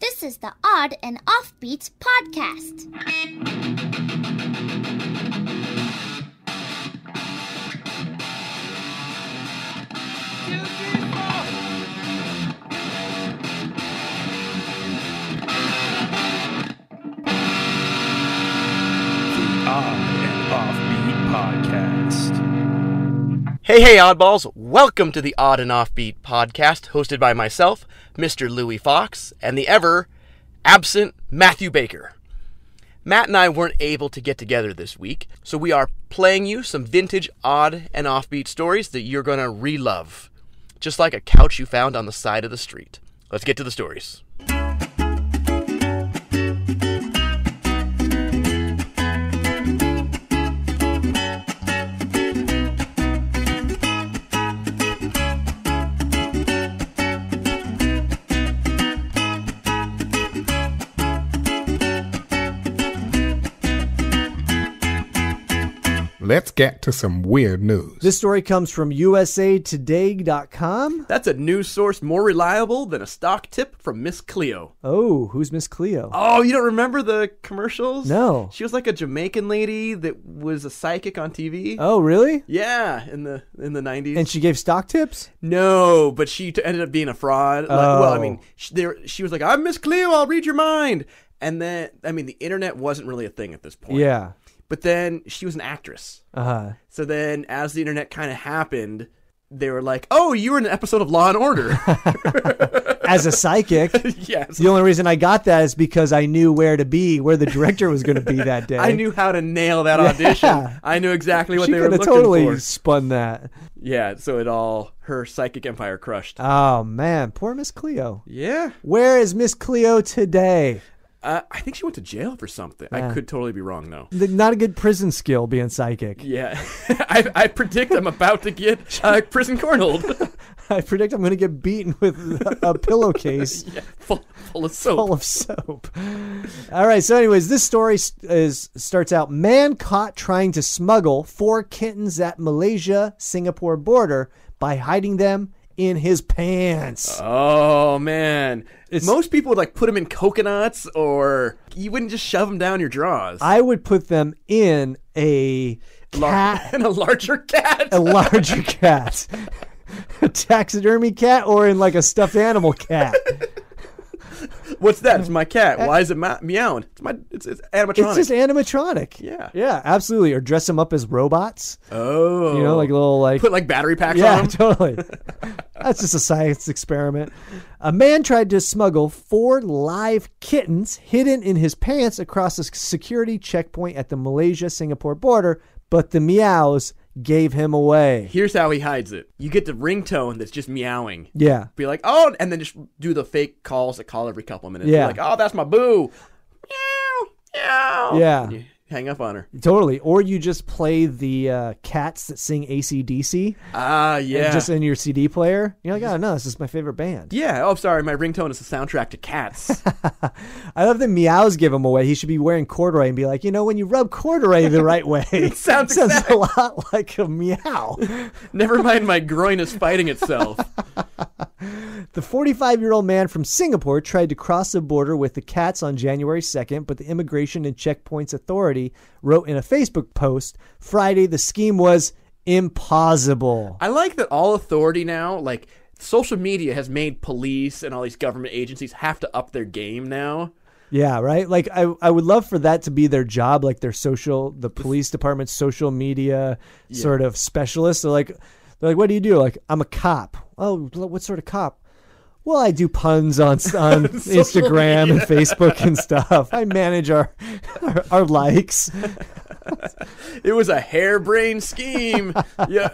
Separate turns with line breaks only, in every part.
This is the Odd and Offbeats podcast.
On and Offbeat Podcast.
Hey, hey, oddballs! Welcome to the Odd and Offbeat podcast, hosted by myself, Mr. Louis Fox, and the ever absent Matthew Baker. Matt and I weren't able to get together this week, so we are playing you some vintage odd and offbeat stories that you're gonna re love. Just like a couch you found on the side of the street. Let's get to the stories.
Let's get to some weird news.
This story comes from usatoday.com.
That's a news source more reliable than a stock tip from Miss Cleo.
Oh, who's Miss Cleo?
Oh, you don't remember the commercials?
No.
She was like a Jamaican lady that was a psychic on TV.
Oh, really?
Yeah, in the in the 90s.
And she gave stock tips?
no, but she t- ended up being a fraud. Like, well, I
Oh.
mean, she, there she was like, "I'm Miss Cleo, I'll read your mind." And then I mean, the internet wasn't really a thing at this point.
Yeah.
But then she was an actress.
Uh huh.
So then as the internet kind of happened, they were like, "Oh, you were in an episode of Law and Order."
As a psychic,
yes.
the only reason I got that is because I knew where to be, where the director was going to be that day.
I knew how to nail that audition. I knew exactly what
she
they were
could have
looking
totally
for.
spun that.
Yeah, so it all her psychic empire crushed.
Oh, man. Poor Miss Cleo.
yeah,
Where is Miss Cleo today?
uh, I think she went to jail for something. I could totally be wrong though.
The- Not a good prison skill being psychic.
Yeah, I, I predict I'm about to get uh, prison cornholed,
I predict I'm going to get beaten with a a pillowcase.
yeah, full, full of soap.
full of soap. All right. So, anyways, this story s- is starts out: man caught trying to smuggle four kittens at Malaysia-Singapore border by hiding them in his pants.
Oh man, most people would like put them in coconuts, or you wouldn't just shove them down your drawers.
I would put them in a cat,
and a larger cat.
a larger cat, a taxidermy cat, or in like a stuffed animal cat.
What's that? It's my cat. Why is it ma- meowing? It's my it's, it's animatronic.
Uh, It's just animatronic.
Yeah.
Yeah, absolutely. Or dress them up as robots.
oh,
You know, like little like
put like battery packs on
Yeah,
'em?
totally. That's just a science experiment. A man tried to smuggle four live kittens hidden in his pants across a security checkpoint at the Malaysia Singapore border, but the meows gave him away.
Here's how he hides it. You get the ringtone that's just meowing.
Yeah.
Be like, oh, and then just do the fake calls that call every couple of minutes.
Yeah.
Be like, oh, that's my boo. Meow, meow.
Yeah.
You hang up on her.
Totally. Or you just play the uh, cats that sing ACDC
Ah, yeah.
just in your CD player. You're like, oh, no, this is my favorite band.
yeah. Oh, sorry. My ringtone is the soundtrack to Cats.
I love that meows give him away. He should be wearing corduroy and be like, you know, when you rub corduroy the right way, it
sounds
sounds
exact-
a lot like a meow.
Never mind, my groin is fighting itself.
The 45 year old man from Singapore tried to cross the border with the cats on January 2nd, but the Immigration and Checkpoints Authority wrote in a Facebook post Friday the scheme was impossible.
I like that all authority now, like social media has made police and all these government agencies have to up their game now.
Yeah, right? Like, I, I would love for that to be their job, like their social, the police department's social media sort of specialist. They're like, they're like, what do you do? Like, I'm a cop. Oh, what sort of cop? Well, I do puns on on Instagram and Facebook and stuff. I manage our our, our likes.
It was a harebrained scheme. yeah.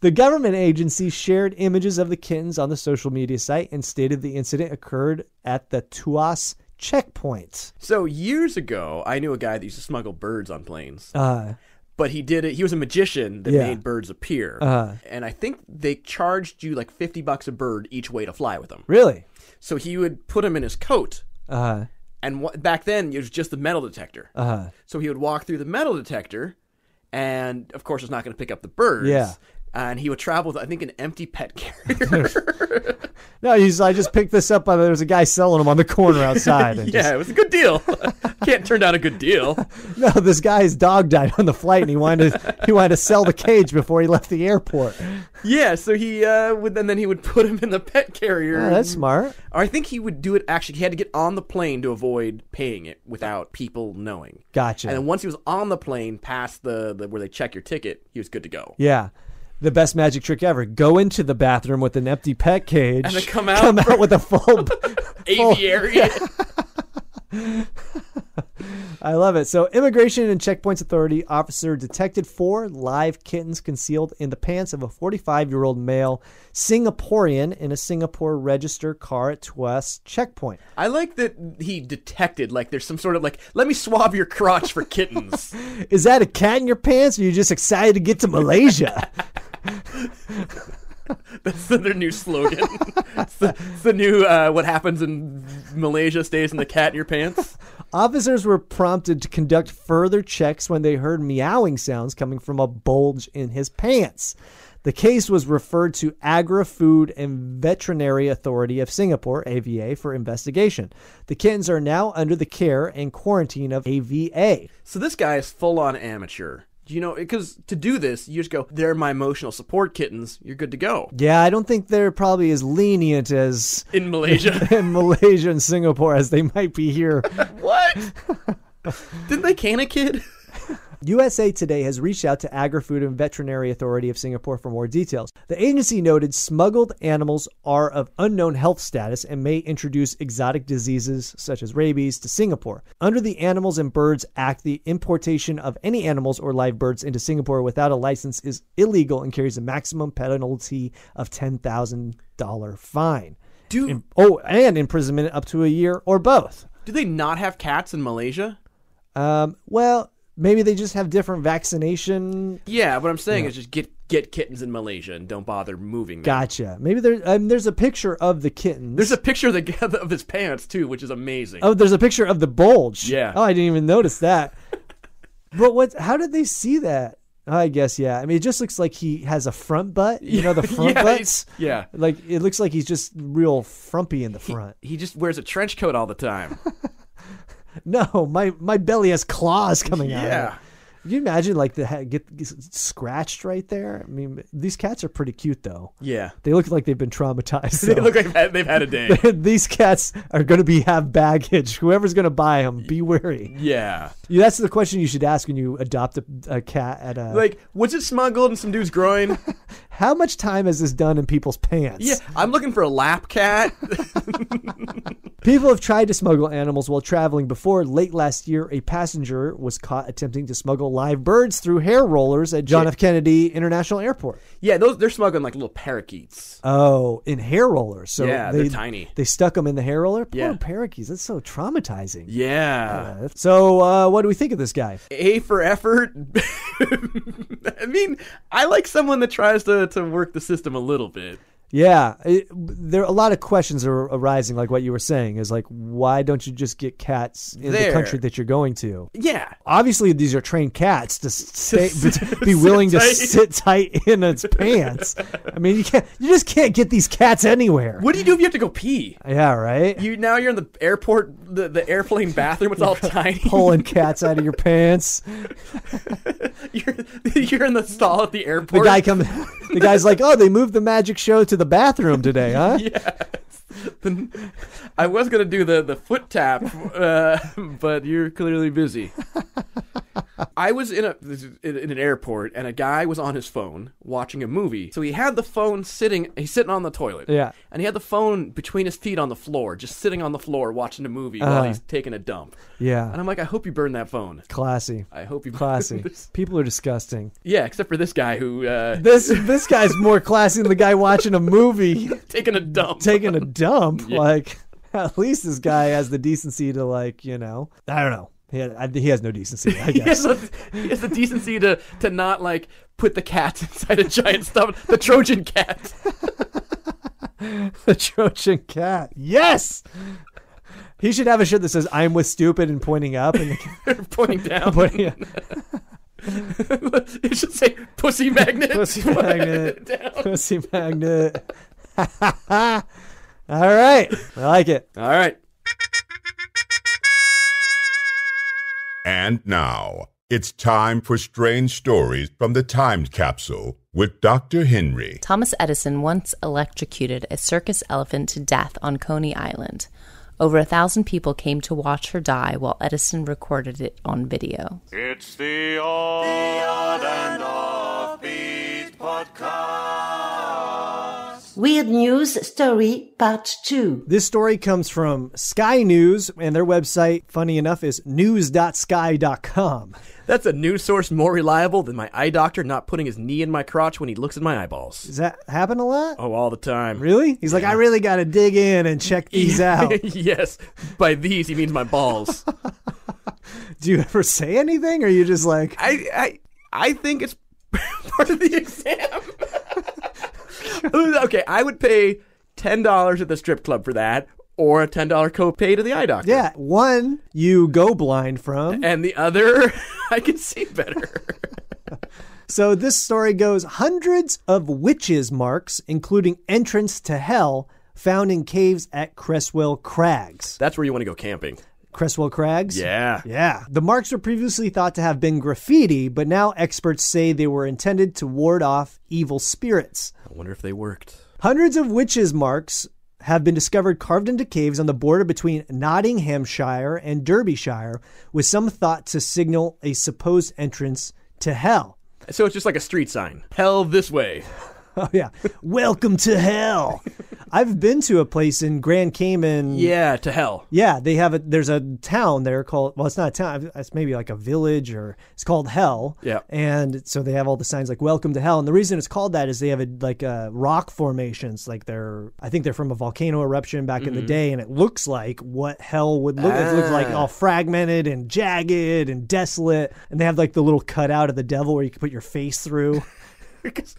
The government agency shared images of the kittens on the social media site and stated the incident occurred at the Tuas checkpoint.
So years ago, I knew a guy that used to smuggle birds on planes,
Uh,
but he did it. He was a magician that
Yeah. Uh-huh.
made birds appear, and I think they charged you like fifty bucks a bird each way to fly with them.
really?
So he would put them in his coat,
Uh,
and wha- back then it was just the metal detector.
uh,
So he would walk through the metal detector, and of course, it's not going to pick up the birds.
Yeah.
and he would travel with, I think, an empty pet carrier.
No, he's. I just picked this up. By the, there was a guy selling them on the corner outside. And
yeah, it was a good deal. Can't turn down a good deal.
just, no, this guy's dog died on the flight, and he wanted to, he wanted to sell the cage before he left the airport. Oh,
Yeah, so he uh, would, and then he would put him in the pet carrier.
Oh, that's smart.
Or I think he would do it. Actually, he had to get on the plane to avoid paying it without people knowing.
Gotcha.
And then once he was on the plane, past the, the where they check your ticket, he was good to go.
Yeah. The best magic trick ever. Go into the bathroom with an empty pet cage.
And then come out
Come out with a full. full-
Aviary.
I love it. So, Immigration and Checkpoints Authority officer detected four live kittens concealed in the pants of a 45 year old male Singaporean in a Singapore register car at Tuas checkpoint.
I like that he detected like there's some sort of like let me swab your crotch for kittens.
Is that a cat in your pants? Or are you just excited to get to Malaysia?
That's their new slogan. it's, the, it's the new uh, what happens in Malaysia stays in the cat in your pants.
Officers were prompted to conduct further checks when they heard meowing sounds coming from a bulge in his pants. The case was referred to Agra Food and Veterinary Authority of Singapore, AVA, for investigation. The kittens are now under the care and quarantine of AVA.
So this guy is full on amateur. You know, because to do this, you just go, they're my emotional support kittens. You're good to go.
Yeah, I don't think they're probably as lenient as
In Malaysia.
in Malaysia and Singapore as they might be here.
what? Didn't they can a kid?
USA Today has reached out to Agri Food and Veterinary Authority of Singapore for more details. The agency noted smuggled animals are of unknown health status and may introduce exotic diseases such as rabies to Singapore. Under the Animals and Birds Act, the importation of any animals or live birds into Singapore without a license is illegal and carries a maximum penalty of $10,000 fine.
Do,
Oh, and imprisonment up to a year or both.
do they not have cats in Malaysia?
Um, well, maybe they just have different vaccination
Yeah, what I'm saying is just get get kittens in Malaysia and don't bother moving them.
Gotcha. Maybe there, um, there's a picture of the kittens.
There's a picture of, the, of his pants, too, which is amazing.
oh, there's a picture of the bulge.
Yeah.
Oh, I didn't even notice that. but what? How did they see that? I guess yeah. I mean, it just looks like he has a front butt. You know the front
Yeah,
butts.
he's- yeah.
Like it looks like he's just real frumpy in the front.
He just wears a trench coat all the time.
no, my my belly has claws coming out. of it.
Yeah.
Can you imagine like the ha- get, get scratched right there? I mean, these cats are pretty cute though.
Yeah.
They look like they've been traumatized.
They
though.
look like they've had, they've had a day.
these cats are going to be have baggage. Whoever's going to buy them, be wary.
yeah.
Yeah, That's the question you should ask when you adopt a, a cat. At a,
Like, was it smuggled in some dude's groin?
how much time has this done in people's pants?
yeah. I'm looking for a lap cat.
People have tried to smuggle animals while traveling before. Late last year, a passenger was caught attempting to smuggle live birds through hair rollers at John F. Kennedy International Airport.
yeah, those they're smuggling like little parakeets.
Oh, in hair rollers. So
Yeah,
they,
they're tiny.
They stuck them in the hair roller. Poor
Yeah.
parakeets. That's so traumatizing.
Yeah.
So, uh, what do we think of this guy?
A for effort. I mean, I like someone that tries to, to work the system a little bit.
Yeah, it, there a lot of questions are arising, like what you were saying, is like, why don't you just get cats in
There.
the country that you're going to?
Yeah.
Obviously, these are trained cats to stay,
sit-
be willing to
sit tight.
sit tight in its pants. I mean, you can't, you just can't get these cats anywhere.
What do you do if you have to go pee?
Yeah, right.
You now you're in the airport, the, the airplane bathroom. It's all tiny.
Pulling cats out of your pants.
You're, you're in the stall at the
The
airport.
guy comes. The guy's like, "Oh, they moved the magic show to the bathroom today, huh?"
The- I was gonna do the the foot tap, uh, but you're clearly busy. I was in a this is- in in an airport, and a guy was on his phone watching a movie. So he had the phone sitting. He's sitting on the toilet.
Yeah.
and he had the phone between his feet on the floor, just sitting on the floor watching a movie while
Uh-huh.
he's taking a dump. And
Yeah,
I'm like, I hope you burn that phone.
classy,
I hope you burn
classy.
this."
People are disgusting.
yeah, except for this guy who uh,
This this guy's more classy than the guy watching a movie
taking a dump.
taking a dump. Like at least this guy has the decency to like you know I don't know. He has, I, he has no decency. I
he
guess.
has, a, he has the decency to, to not like put the cat inside a giant stuff the Trojan cat.
the Trojan cat. Yes. He should have a shirt that says "I'm with stupid" and pointing up and
pointing down.
pointing.
it should say pussy magnet.
Pussy
Put
magnet.
it down.
Pussy magnet. All right. I like it.
All right.
And now, it's time for Strange Stories from the Time Capsule with Dr. Henry.
Thomas Edison once electrocuted a circus elephant to death on Coney Island. Over a thousand people came to watch her die while Edison recorded it on video.
It's the odd, and offbeat podcast.
Weird News Story Part 2.
This story comes from Sky News, and their website, funny enough, is news.sky.com.
That's a news source more reliable than my eye doctor not putting his knee in my crotch when he looks at my eyeballs.
Does that happen a lot?
Oh, all the time.
Really? He's like, I really got to dig in and check these out.
yes. By these, he means my balls.
Do you ever say anything, or are you just like,
I, I, I think it's part of the exam. okay, I would pay ten dollars at the strip club for that, or a ten dollar copay to the eye doctor.
yeah, one you go blind from?
And the other, I can see better.
So this story goes hundreds of witches' marks, including entrance to hell, found in caves at Cresswell Crags.
That's where you want to go camping.
Cresswell Crags?
Yeah.
Yeah. The marks were previously thought to have been graffiti, but now experts say they were intended to ward off evil spirits.
I wonder if they worked.
Hundreds of witches' marks have been discovered carved into caves on the border between Nottinghamshire and Derbyshire, with some thought to signal a supposed entrance to hell.
So it's just like a street sign. Hell this way.
Oh, yeah. Welcome to hell. I've been to a place in Grand Cayman.
Yeah, to hell.
Yeah, they have a there's a town there called well, it's not a town, it's maybe like a village or it's called Hell.
Yeah.
And so they have all the signs like Welcome to Hell, and the reason it's called that is they have a, like uh, rock formations, like they're I think they're from a volcano eruption back in the day, and it looks like what Hell would look. It looks like all fragmented and jagged and desolate, and they have like the little cutout of the devil where you can put your face through.
Is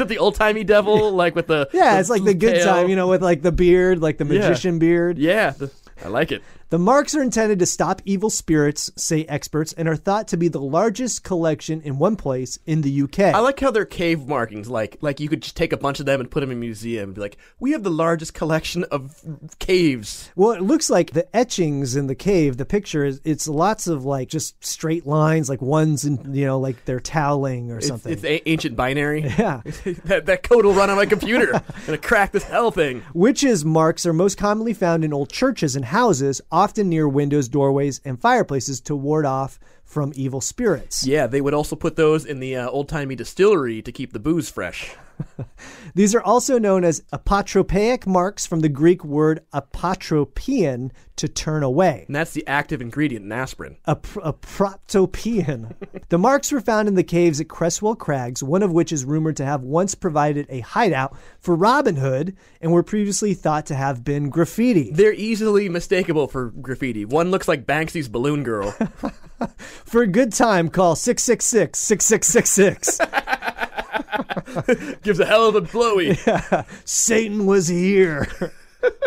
it the old timey devil, like with the
Yeah, it's like the good
tail?
time, you know, with like the beard, like the magician beard.
Yeah, the- I like it.
The marks are intended to stop evil spirits, say experts, and are thought to be the largest collection in one place in the UK.
I like how they're cave markings. Like, like you could just take a bunch of them and put them in a museum and be like, "We have the largest collection of caves."
well, it looks like the etchings in the cave, the picture is it's lots of like just straight lines, like ones and you know, like they're toweling or something.
It's a- ancient binary.
yeah.
that, that code will run on my computer. I'm gonna crack this hell thing.
Witches' marks are most commonly found in old churches and houses, often near windows, doorways, and fireplaces to ward off from evil spirits.
Yeah, they would also put those in the uh, old timey distillery to keep the booze fresh.
These are also known as apotropaic marks from the Greek word apotropian, to turn away.
And that's the active ingredient in aspirin.
A, pr- a proptopian. the marks were found in the caves at Cresswell Crags, one of which is rumored to have once provided a hideout for Robin Hood and were previously thought to have been graffiti.
They're easily mistakable for graffiti. One looks like Banksy's balloon girl.
For a good time, call 666 6666.
Gives a hell of a blowy.
Satan was here.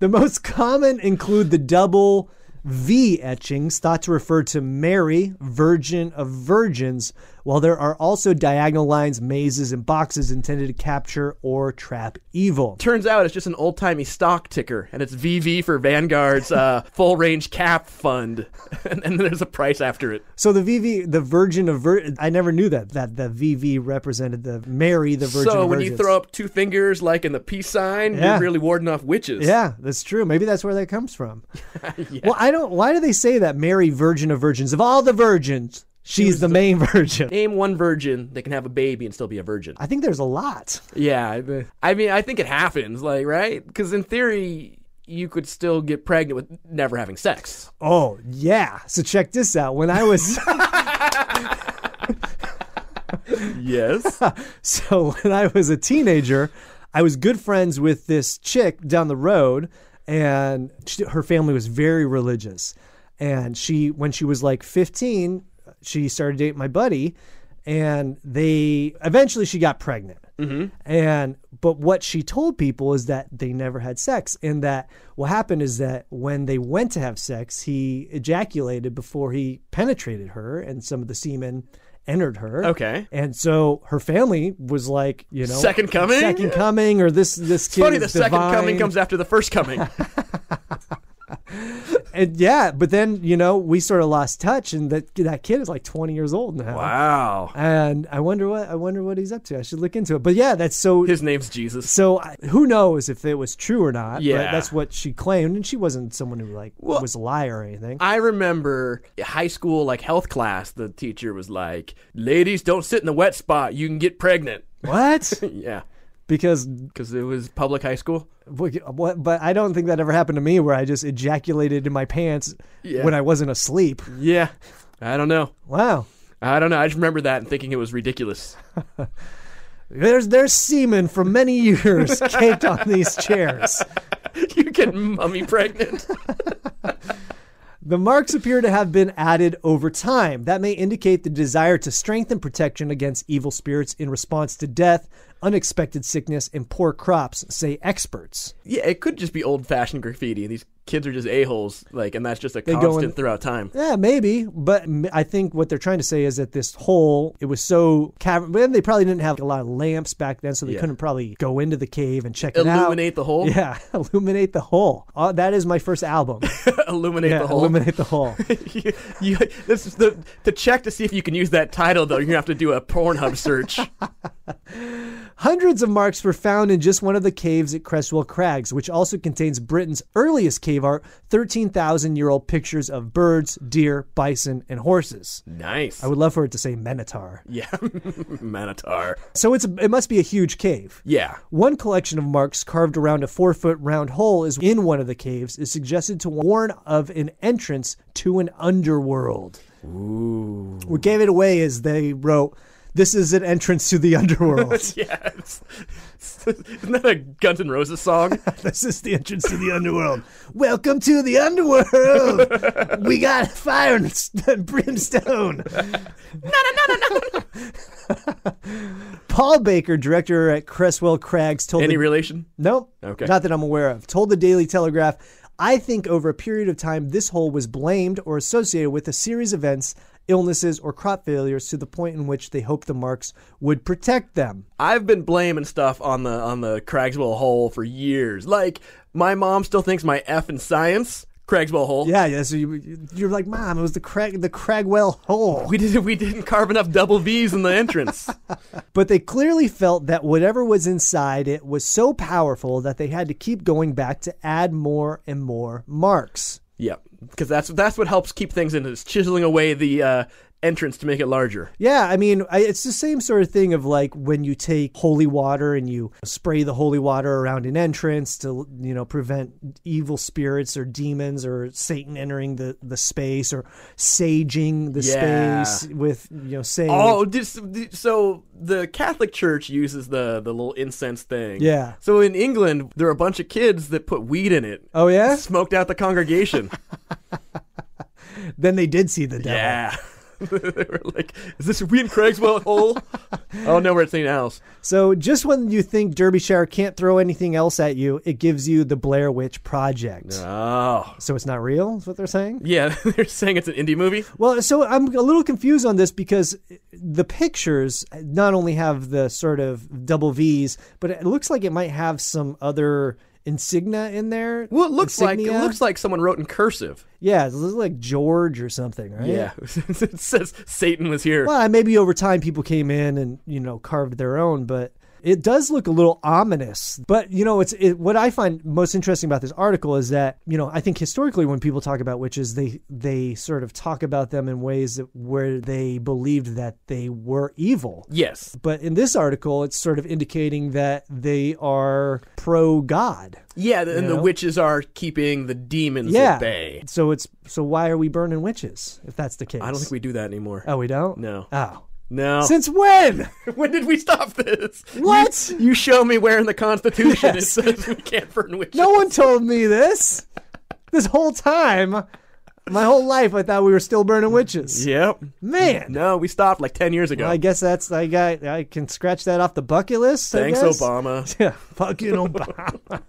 the most common include the double V etchings, thought to refer to Mary, Virgin of Virgins, while there are also diagonal lines, mazes, and boxes intended to capture or trap evil.
Turns out it's just an old timey stock ticker, and it's VV for Vanguard's uh, full range cap fund. and, and then there's a price after it.
So the VV, the Virgin of Vir- I never knew that, that the VV represented the Mary, the Virgin
so
of
when
Virgins.
you throw up two fingers, like in the peace sign,
Yeah.
you're really warding off witches.
Yeah, that's true. Maybe that's where that comes from. Well, I don't. Why do they say that Mary, Virgin of Virgins, of all the virgins, she's the main virgin?
Name one virgin that can have a baby and still be a virgin.
I think there's a lot.
Yeah, I- I mean, I think it happens, like, right? Because in theory, you could still get pregnant with never having sex.
Oh yeah. So check this out. When I was
Yes.
so when I was a teenager, I was good friends with this chick down the road, and she, her family was very religious. And she, when she was like 15, she started dating my buddy, and they eventually she got pregnant. Mm-hmm. And but what she told people is that they never had sex, and that what happened is that when they went to have sex, he ejaculated before he penetrated her, and some of the semen entered her.
Okay.
And so her family was like, you know,
Second coming?
second coming, or this this kid.
Funny,
is
the second coming
divine.
comes after the first coming.
And yeah, but then you know we sort of lost touch, and that that kid is like 20 years old now.
wow.
And I wonder what I wonder what he's up to. I should look into it. But yeah, that's so.
His name's Jesus.
so I- who knows if it was true or not? but
Yeah.
that's what she claimed, and she wasn't someone who like was a liar or anything.
I remember high school, like health class, the teacher was like, ladies, don't sit in the wet spot. You can get pregnant.
what?
Yeah.
Because
Because it was public high school.
what? But I don't think that ever happened to me, where I just ejaculated in my pants
Yeah.
when I wasn't asleep.
Yeah. I don't know.
Wow.
I don't know. I just remember that and thinking it was ridiculous.
There's there's semen for many years caked on these chairs.
you get mummy pregnant.
The marks appear to have been added over time. That may indicate the desire to strengthen protection against evil spirits in response to death, unexpected sickness, and poor crops, say experts.
Yeah, it could just be old fashioned graffiti. These kids are just a-holes, like, and that's just a
go
constant
in-
throughout time.
Yeah, maybe, but m- I think what they're trying to say is that this hole, it was so cavern. and They probably didn't have a lot of lamps back then, so they
Yeah.
couldn't probably go into the cave and check it out.
Illuminate the hole?
Yeah, illuminate the hole. Uh, that is my first album.
illuminate
Yeah,
the whole.
illuminate the hole.
you, you- this is the to check to see if you can use that title though. You're gonna have to do a Pornhub search.
Hundreds of marks were found in just one of the caves at Cresswell Crags, which also contains Britain's earliest cave art 13,000 year old pictures of birds, deer, bison, and horses.
nice.
I would love for it to say Minotaur.
yeah, Manitar.
So it's it must be a huge cave.
Yeah.
One collection of marks carved around a four foot round hole is in one of the caves is suggested to warn of an entrance to an underworld. Ooh. What gave it away is they wrote, This is an entrance to the underworld.
Yeah. it's- isn't that a Guns N' Roses song?
This is the entrance to the underworld. Welcome to the underworld. we got fire and s- and brimstone. no, no, no, no, no. Paul Baker, director at Cresswell Crags, told
Any
the-
relation?
Nope.
Okay.
Not that I'm aware of. Told the Daily Telegraph, I think over a period of time, this hole was blamed or associated with a series of events, illnesses, or crop failures to the point in which they hoped the marks would protect them.
I've been blaming stuff on the on the Cragswell hole for years. Like my mom still thinks my F in science Cragswell hole.
Yeah, yeah. So you, you're like, Mom, it was the Crag, the Cragwell hole.
We didn't we didn't carve enough double V's in the entrance.
But they clearly felt that whatever was inside it was so powerful that they had to keep going back to add more and more marks.
yeah, because that's that's what helps keep things in is chiseling away the uh, entrance to make it larger.
Yeah, I mean, I, it's the same sort of thing of like when you take holy water and you spray the holy water around an entrance to, you know, prevent evil spirits or demons or Satan entering the, the space or saging the
Yeah.
space with, you know, saying.
Oh, this, th- so the Catholic Church uses the the little incense thing.
Yeah.
So in England, there are a bunch of kids that put weed in it.
Oh, yeah?
Smoked out the congregation.
Then they did see the devil.
yeah. they were like, "Is this a weed in Craigswell hole?" oh no, we're at St. Al's.
So just when you think Derbyshire can't throw anything else at you, it gives you the Blair Witch Project.
Oh.
So it's not real, is what they're saying?
Yeah, they're saying it's an indie movie.
Well, so I'm a little confused on this because the pictures not only have the sort of double V's, but it looks like it might have some other insignia in there.
Well, it looks like
Insignia?
it looks like someone wrote in cursive.
yeah, it looks like George or something, right?
it says Satan was here.
Well, maybe over time people came in and you know carved their own, but it does look a little ominous. But you know, it's it, what I find most interesting about this article is that you know I think historically when people talk about witches, they they sort of talk about them in ways that where they believed that they were evil.
Yes.
But in this article, it's sort of indicating that they are pro God.
Yeah, and the
know?
witches are keeping the demons
Yeah.
at bay.
So it's so why are we burning witches if that's the case?
I don't think we do that anymore.
Oh, we don't.
No.
Oh.
No.
Since when?
when did we stop this?
What?
You, you show me where in the Constitution
Yes.
it says we can't burn witches.
No one told me this. This whole time, My whole life, I thought we were still burning witches.
Yep.
Man.
No, we stopped like 10 years ago.
I guess that's I got I can scratch that off the bucket list. I
Thanks,
guess.
Obama.
Yeah, fucking Obama.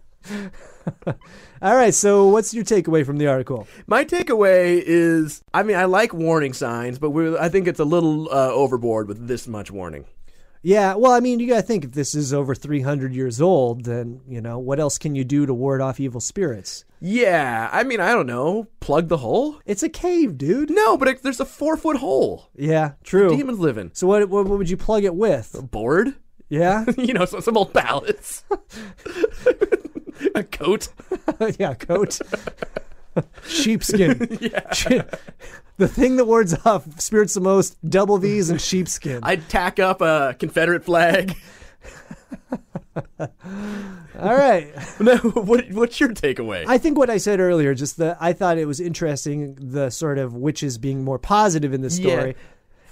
All right, so what's your takeaway from the article?
My takeaway is I mean, I like warning signs, but we're, I think it's a little uh, overboard with this much warning.
Yeah, well, I mean, you got to think if this is over 300 years old, then, you know, what else can you do to ward off evil spirits?
Yeah, I mean, I don't know. Plug the hole?
It's a cave, dude.
No, but it, there's a four foot hole.
Yeah, true.
Demons living.
So what, what what would you plug it with?
Bored?
Yeah?
you know, so, some old ballots. a coat?
yeah, coat. sheepskin. yeah. The thing that wards off spirits the most, double V's and sheepskin.
I'd tack up a Confederate flag.
All right.
no, what, what's your takeaway?
I think what I said earlier, just the I thought it was interesting the sort of witches being more positive in this
Yeah.
story,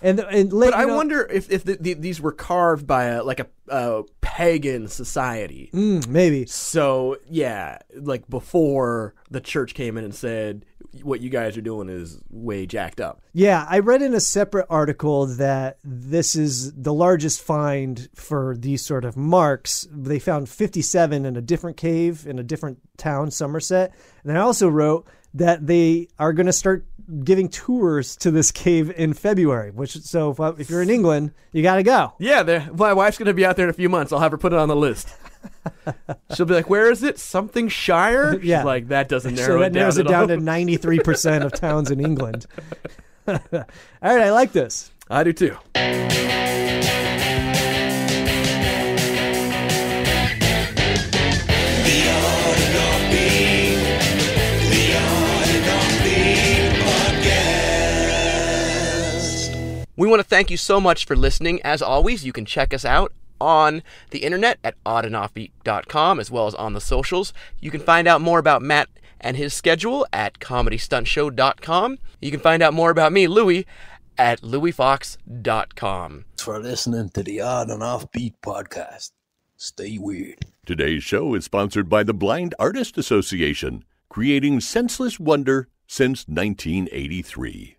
and and let,
But I
you know-
wonder if, if the, the, these were carved by a, like a, a pagan society.
Mm, maybe
So yeah, like before the church came in and said what you guys are doing is way jacked up.
yeah. I read in a separate article that this is the largest find for these sort of marks. They found fifty seven in a different cave in a different town, Somerset, and I also wrote. That they are going to start giving tours to this cave in February, which so if, if you're in England, you got to go.
Yeah, they're- my wife's gonna be out there in a few months. I'll have her put it on the list. She'll be like, "Where is it? Something Shire?" She's
Yeah.
like that doesn't narrow
so
it
that
down.
narrows it
at all.
down to 93% of towns in England. All right, I like this.
I do too.
We want to thank you so much for listening. As always, you can check us out on the internet at oddandoffbeat.com as well as on the socials. You can find out more about Matt and his schedule at comedystuntshow.com. You can find out more about me, Louie, at louiefox.com.
for listening to the Odd and Offbeat podcast. Stay weird.
Today's show is sponsored by the Blind Artist Association, creating senseless wonder since 1983.